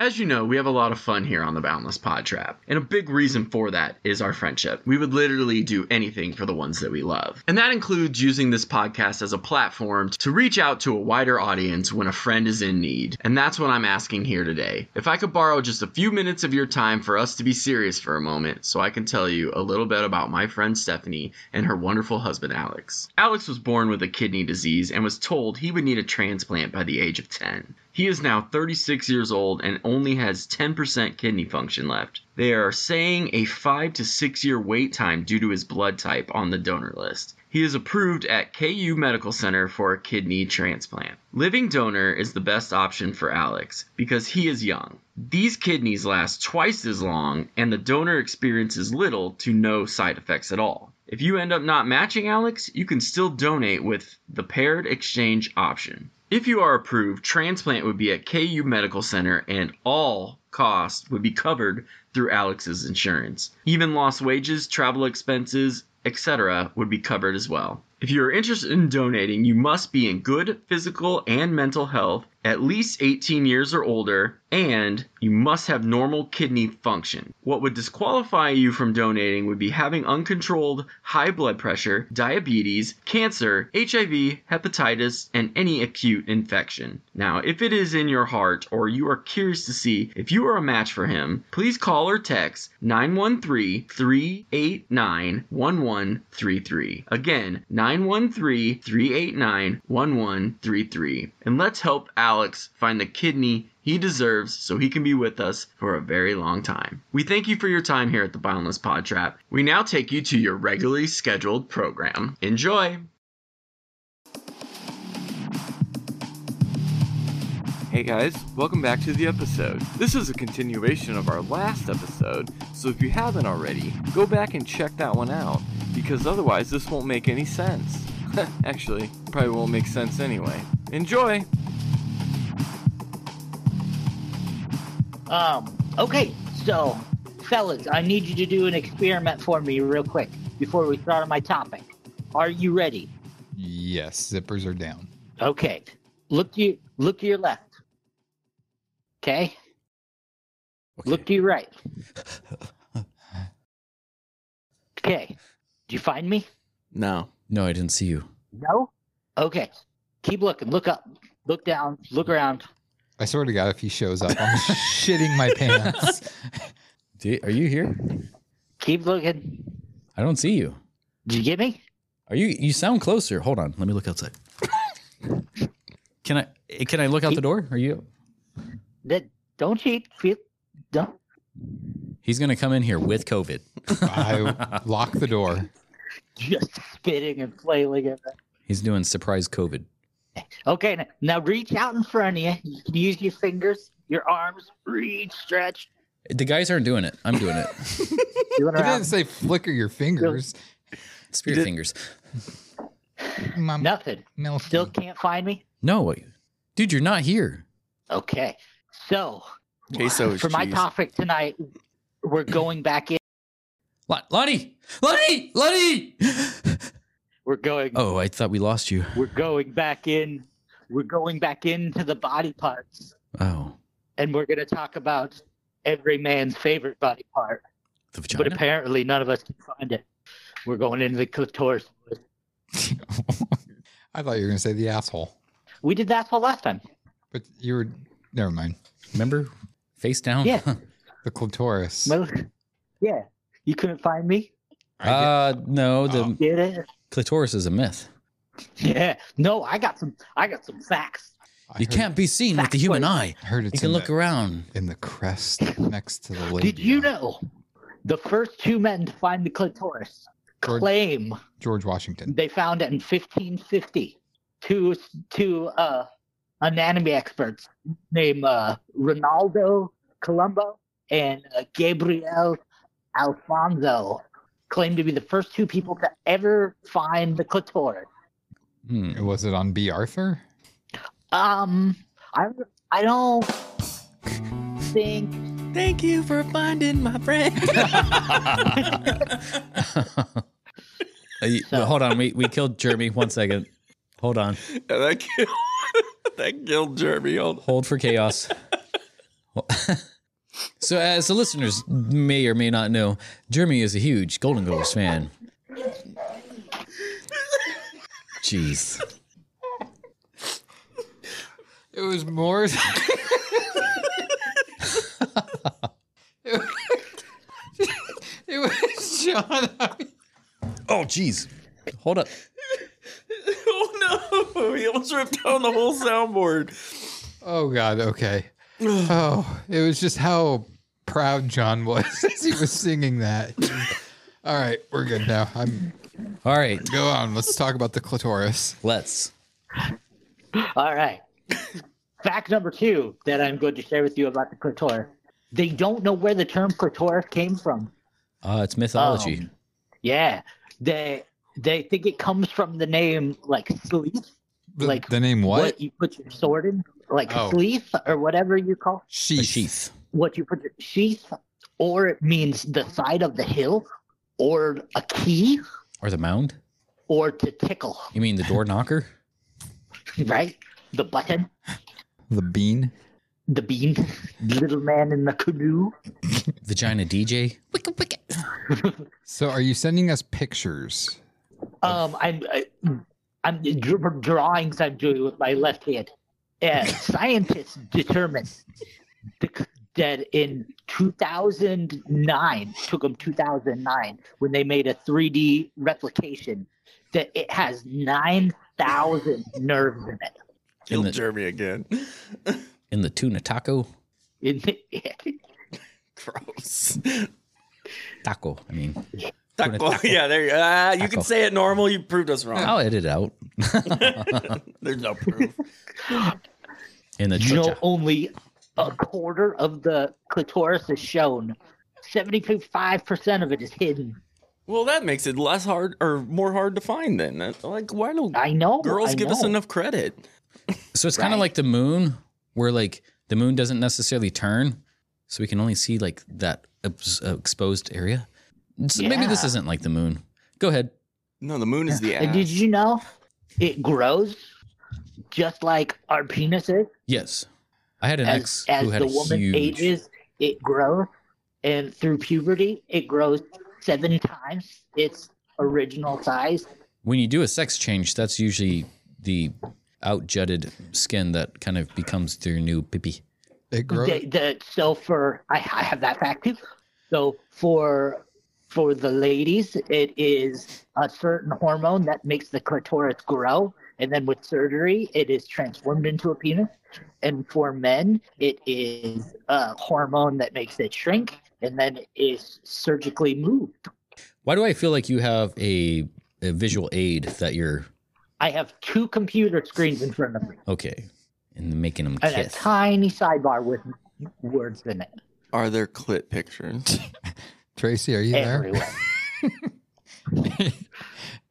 As you know, we have a lot of fun here on the Boundless Pod Trap, and a big reason for that is our friendship. We would literally do anything for the ones that we love. And that includes using this podcast as a platform to reach out to a wider audience when a friend is in need. And that's what I'm asking here today. If I could borrow just a few minutes of your time for us to be serious for a moment, so I can tell you a little bit about my friend Stephanie and her wonderful husband Alex. Alex was born with a kidney disease and was told he would need a transplant by the age of 10. He is now 36 years old and only has 10% kidney function left. They are saying a 5 to 6 year wait time due to his blood type on the donor list. He is approved at KU Medical Center for a kidney transplant. Living donor is the best option for Alex because he is young. These kidneys last twice as long, and the donor experiences little to no side effects at all. If you end up not matching Alex, you can still donate with the paired exchange option. If you are approved, transplant would be at KU Medical Center and all costs would be covered through Alex's insurance. Even lost wages, travel expenses, etc. would be covered as well. If you are interested in donating, you must be in good physical and mental health, at least 18 years or older, and you must have normal kidney function. What would disqualify you from donating would be having uncontrolled high blood pressure, diabetes, cancer, HIV, hepatitis, and any acute infection. Now, if it is in your heart or you are curious to see if you are a match for him, please call or text 913 389 1133. Again, 913 389 1133. And let's help Alex find the kidney he deserves so he can be with us for a very long time. We thank you for your time here at the Boundless Pod Trap. We now take you to your regularly scheduled program. Enjoy! Hey guys, welcome back to the episode. This is a continuation of our last episode, so if you haven't already, go back and check that one out, because otherwise this won't make any sense. Actually, probably won't make sense anyway. Enjoy! Um, okay, so, fellas, I need you to do an experiment for me real quick before we start on my topic. Are you ready? Yes, zippers are down. Okay. Look to you, look to your left. Okay. Look to your right. Okay. Do you find me? No. No, I didn't see you. No. Okay. Keep looking. Look up. Look down. Look around. I swear to God, if he shows up, I'm shitting my pants. Do- Are you here? Keep looking. I don't see you. Did you get me? Are you? You sound closer. Hold on. Let me look outside. can I? eh, Can I look out the door? Are you? That don't cheat. Feel don't. He's gonna come in here with COVID. I lock the door. Just spitting and flailing. At that. He's doing surprise COVID. Okay. Now, now reach out in front of you. You can use your fingers, your arms. Reach, stretch. The guys aren't doing it. I'm doing it. Doing He didn't around. say flicker your fingers. Spirit You did- fingers. My Nothing. milk. Still can't find me. No, dude, you're not here. Okay. So Queso is for my cheese. topic tonight, we're going back in. L- Lottie, Lottie, Lottie. We're going. oh, I thought we lost you. We're going back in. We're going back into the body parts, Oh, and we're going to talk about every man's favorite body part. the But vagina. apparently, none of us can find it. We're going into the clitoris. I thought you were going to say the asshole, We did that all last time. but you were. Never mind. Remember, face down. Yeah. The clitoris. Well, yeah, you couldn't find me. uh, no, the Oh. Did it? clitoris is a myth. Yeah. No, I got some. I got some facts. I You heard- can't be seen with the human eye. I heard You it's can in, look the, around. in the crest next to the uh, labia. Did you know the first two men to find the clitoris George- claim George Washington. they found it in 1550. Two two uh, anatomy experts named uh, Ronaldo Colombo and uh, Gabriel Alfonso claimed to be the first two people to ever find the clitoris. Hmm. Was it on B. Arthur? Um, I I don't think Thank you for finding my friend. So- Uh, hold on, we, we killed Jeremy. One second. Hold on. Yeah, that killed, that killed Jeremy. Hold Hold for chaos. Well, so, as the listeners may or may not know, Jeremy is a huge Golden Girls fan. Jeez. It was more. it was John. Oh, jeez. Hold up. oh no! He almost ripped down the whole soundboard. Oh God. Okay. Oh, it was just how proud John was as he was singing that. All right, we're good now. I'm All right, go on. Let's talk about the clitoris. let's. All right. Fact number two that I'm going to share with you about the clitoris. They don't know where the term clitoris came from. Uh, it's mythology. Um, Yeah. They they think it comes from the name like sleeve. The, Like, the name what? you put your sword in, like Oh. sleeve or whatever you call a Sheath. sheath. what you put your sheath, or it means the side of the hill, or a key, Or the mound? or to tickle, You mean the door knocker? right? The button, The bean. the bean, little man in the canoe. Vagina DJ? So, are you sending us pictures? Um, I'm I, I'm the dr- drawings I'm doing with my left hand. Uh, scientists determined th- that in 2009 took them 2009 when they made a 3D replication that it has 9,000 nerves in it. In Killed the, Jeremy again. in the tuna taco? In the, Gross. Taco, I mean. Taco. Taco. Yeah, there. You, ah, you Taco. can say it normal. You proved us wrong. Oh. I'll edit out. There's no proof. In the you know, chucha. only a quarter of the clitoris is shown. 75% of it is hidden. well, that makes it less hard or more hard to find. Then, That- like, why do I know. girls I give us know. enough credit? So it's kind of Right. like the moon, where like the moon doesn't necessarily turn, so we can only see like that obs- uh, exposed area. So Maybe this Yeah. isn't like the moon. Go ahead. No, the moon is the ass. And did you know it grows just like our penises? Yes, I had an As, ex as who had the a woman huge. ages, it grows. And through puberty, it grows seven times its original size. When you do a sex change, that's usually the out jutted skin that kind of becomes their new pippy. It grows. The, the, so for I, I have that fact too. So for for the ladies, it is a certain hormone that makes the clitoris grow, and then with surgery, it is transformed into a penis. And for men, it is a hormone that makes it shrink, and then is surgically moved. Why do I feel like you have a, a visual aid that you're I have two computer screens in front of me okay and making them and a kiss? tiny sidebar with words in it Are there clit pictures? Tracy, are you there? everywhere.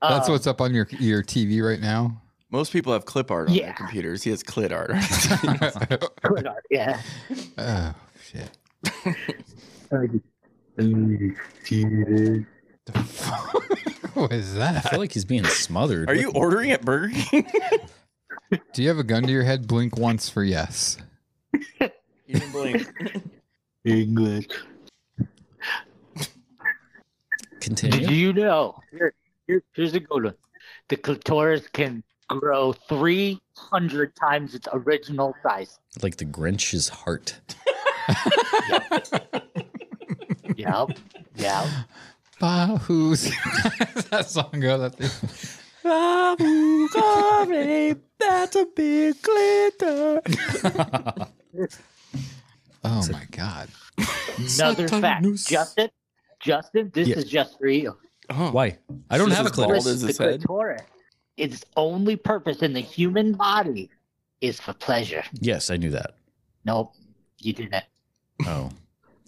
That's Um, what's up on your your TV right now. Most people have clip art on Yeah. their computers. He has clit art. clit art, yeah. oh shit! The fuck was I that? feel like he's being smothered. Are you ordering at Burger King? Do you have a gun to your head? Blink once for yes. you didn't blink. English. Did Continue. you know? Here, here- here's a good one. The clitoris can grow 300 times its original size. Like the Grinch's heart. Yep. yep. Bahoos. that song go that thing. Babu Kare, that's a big glitter. Oh my god. Another fact. Satanus. Justin, Justin, this Yeah. is just for you. Oh, Why? I don't She's have a as clitoris. bald old as the his head? clitoris, its only purpose in the human body is for pleasure. Yes, I knew that. Nope. You didn't. Oh.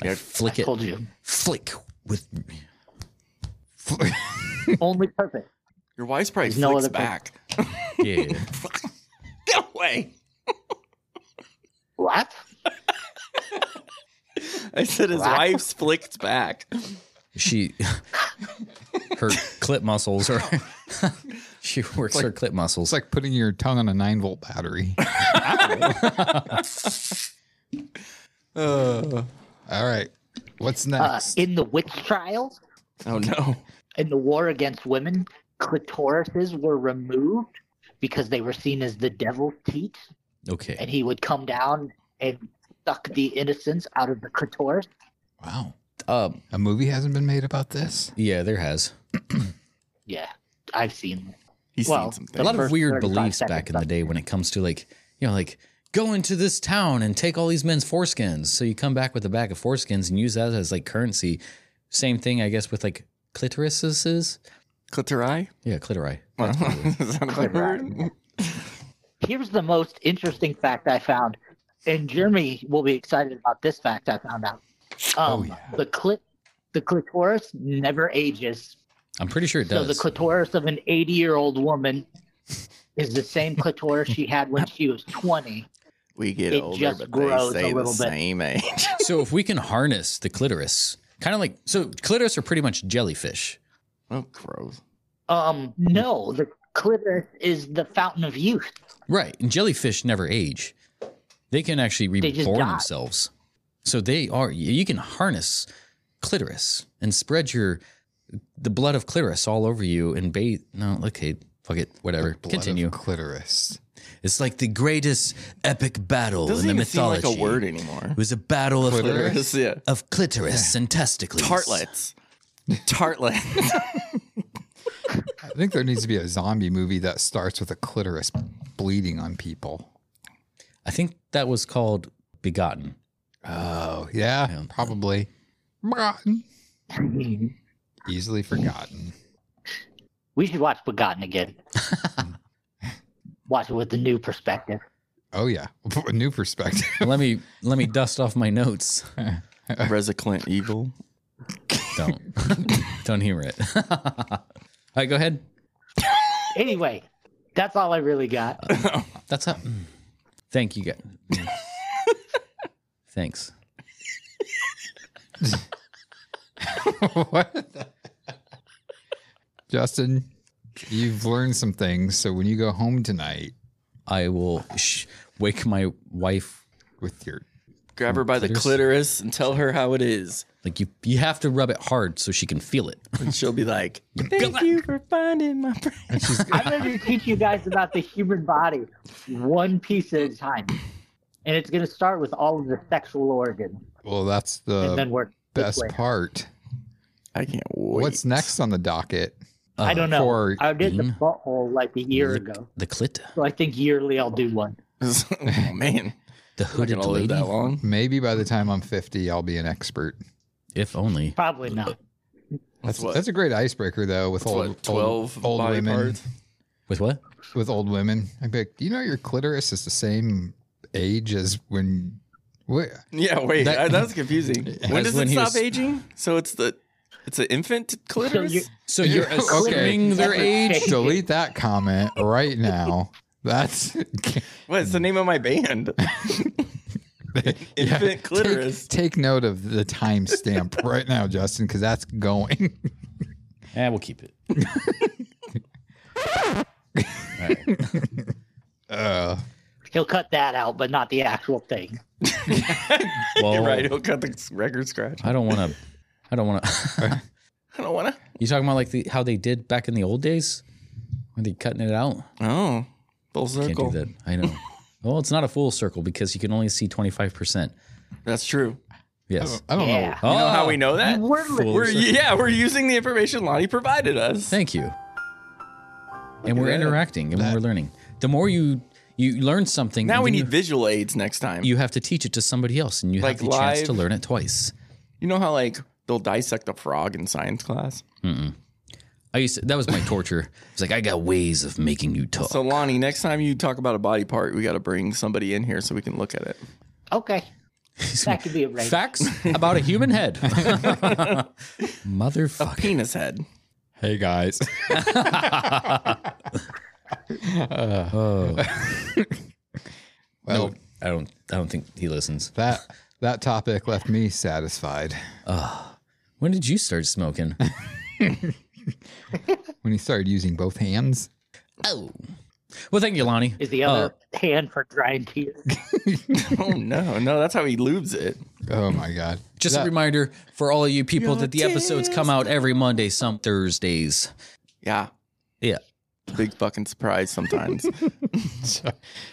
I Yeah. flick I it. told you. Flick with only purpose. your wife's probably There's no flicks other pic- back. Yeah. Get away. What? I said his Wow. wife's flicked back. she her clit muscles are she works her clit muscles. It's like putting your tongue on a nine volt battery. Uh, All right. What's Uh, next? in the witch trials, oh no. in the war against women, clitorises were removed because they were seen as the devil's teeth, Okay. and he would come down and suck the innocents out of the clitoris. wow. Um. A movie hasn't been made about this? Yeah, there has Yeah, I've seen. He's Well, seen something. a lot of First weird 35 beliefs seconds back in the up. day when it comes to like you know like go into this town and take all these men's foreskins. So you come back with a bag of foreskins and use that as like currency. Same thing, I guess, with like clitorises. Clitori? Yeah, clitori. Is Uh-huh. that a Clitori. word? Here's the most interesting fact I found, and Jeremy will be excited about this fact I found out. Um, Oh, yeah. The clit, the clitoris never ages. I'm pretty sure it So the does. clitoris of an 80 year old woman is the same clitoris she had when she was 20. We get It older, just but grows they a stay the little bit. same age. so if we can harness the clitoris, kind of like so clitoris are pretty much jellyfish. oh, gross. Um, no, the clitoris is the fountain of youth. Right. And jellyfish never age. They can actually They just reborn die. themselves. So they are you can harness clitoris and spread your the blood of clitoris all over you and bathe no, okay, fuck it, whatever. Blood of Continue. clitoris. It's like the greatest epic battle Doesn't in the even seem mythology. like a word It anymore. was a battle of Clitoris? clitoris, Clitoris, yeah. of clitoris and testicles. Tartlets. Tartlets. I think there needs to be a zombie movie that starts with a clitoris bleeding on people. I think that was called Begotten. Oh, yeah, Yeah. probably. Forgotten. we Easily forgotten. should watch Begotten again. watch it with a new perspective. Oh, yeah. A new perspective. let me let me dust off my notes. Resiclent Evil. Don't don't humor it. all right, go ahead. Anyway, that's all I really got. That's how. Thank you, guys. Thanks. what? Justin, you've learned some things. So when you go home tonight I will sh- wake my wife. with your Grab her by the Clitoris? clitoris and tell her how it is. Like you, you have to rub it hard so she can feel it. And she'll be like, Thank you for finding my brain. I'm going to teach you guys about the human body one piece at a time. And it's going to start with all of the sexual organs well, that's and then the work this best way. part. I can't wait. What's next on the docket? Uh, I don't know. for I did the being- butthole like a year Lick ago. The clit, So I think yearly I'll do one. oh, man. the I'm not hooded going to live lady. that long. Maybe by the time I'm 50, I'll be an expert. If only. Probably not. That's what- that's a great icebreaker though with That's old what, old, 12 old body women parts? With what? with old women. I'd be like, do you know your clitoris is the same age as when what Yeah, wait. That- I- that was confusing. When was does when it he stop was- aging? So it's the it's an infant So clitoris? you- So you're Okay. assuming their age. delete that comment right now. That's What's the name of my band? Oh. Yeah, Infant clitoris. Take, take note of the timestamp right now, Justin, because that's going. Yeah, Eh, we'll keep it. Uh, He'll cut that out, but not the actual thing. Well, You're right. He'll cut the record scratch. I don't want to. I don't want to. I don't want to. you talking about like the, how they did back in the old days? Were they cutting it out? Oh, full Can't circle. do that. I know. well, it's not a full circle because you can only see 25%. That's true. I Yes. don't, I don't Yeah. You know how Oh, we know that? We're full We're circle. yeah, we're using the information Lonnie provided us. Thank you. and at we're that. interacting and we're learning. The more you you learn something, now we then need visual aids next time. you, You, you have to teach it to somebody else, and you Like have the chance to live- learn it twice. know how like they'll dissect a frog in science class. I used to, that was my torture. It's like I got ways of making you talk. So Lonnie, next time you talk about a body part, we got to bring somebody in here so we can look at it. Okay. That could be a race. Facts about a human head, A motherfucker. penis head. Hey guys. Uh, Oh, Well, no, I don't. I don't think he listens. that that topic left me satisfied. When did you start smoking? When you started using both hands, Oh, Well, thank you, Lonnie. Is the other hand for drying tears? oh no, no, that's how he lubes it. Oh my god. Just a That- reminder for all of you people Your that the episodes come out every Monday, some Thursdays. Yeah. Yeah. Big fucking surprise sometimes.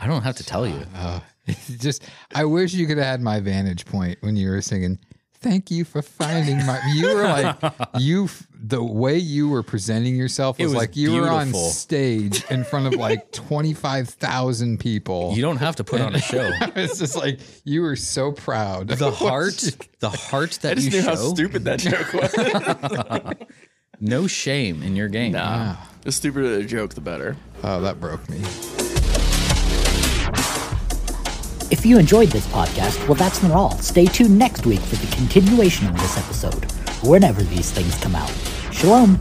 I don't have to tell you. Uh, just I wish you could have had my vantage point when you were singing. Thank you for finding my. You were like you. f- The way you were presenting yourself It was, was like you were on beautiful. stage in front of like twenty five thousand people. You don't have to put on a show. it's just like you were so proud. The heart, the heart that I just you knew show, how stupid that joke was. no shame in your game. nah. The stupider the joke, the better. Oh, that broke me. If you enjoyed this podcast, well, that's not all. Stay tuned next week for the continuation of this episode, whenever these things come out. Shalom.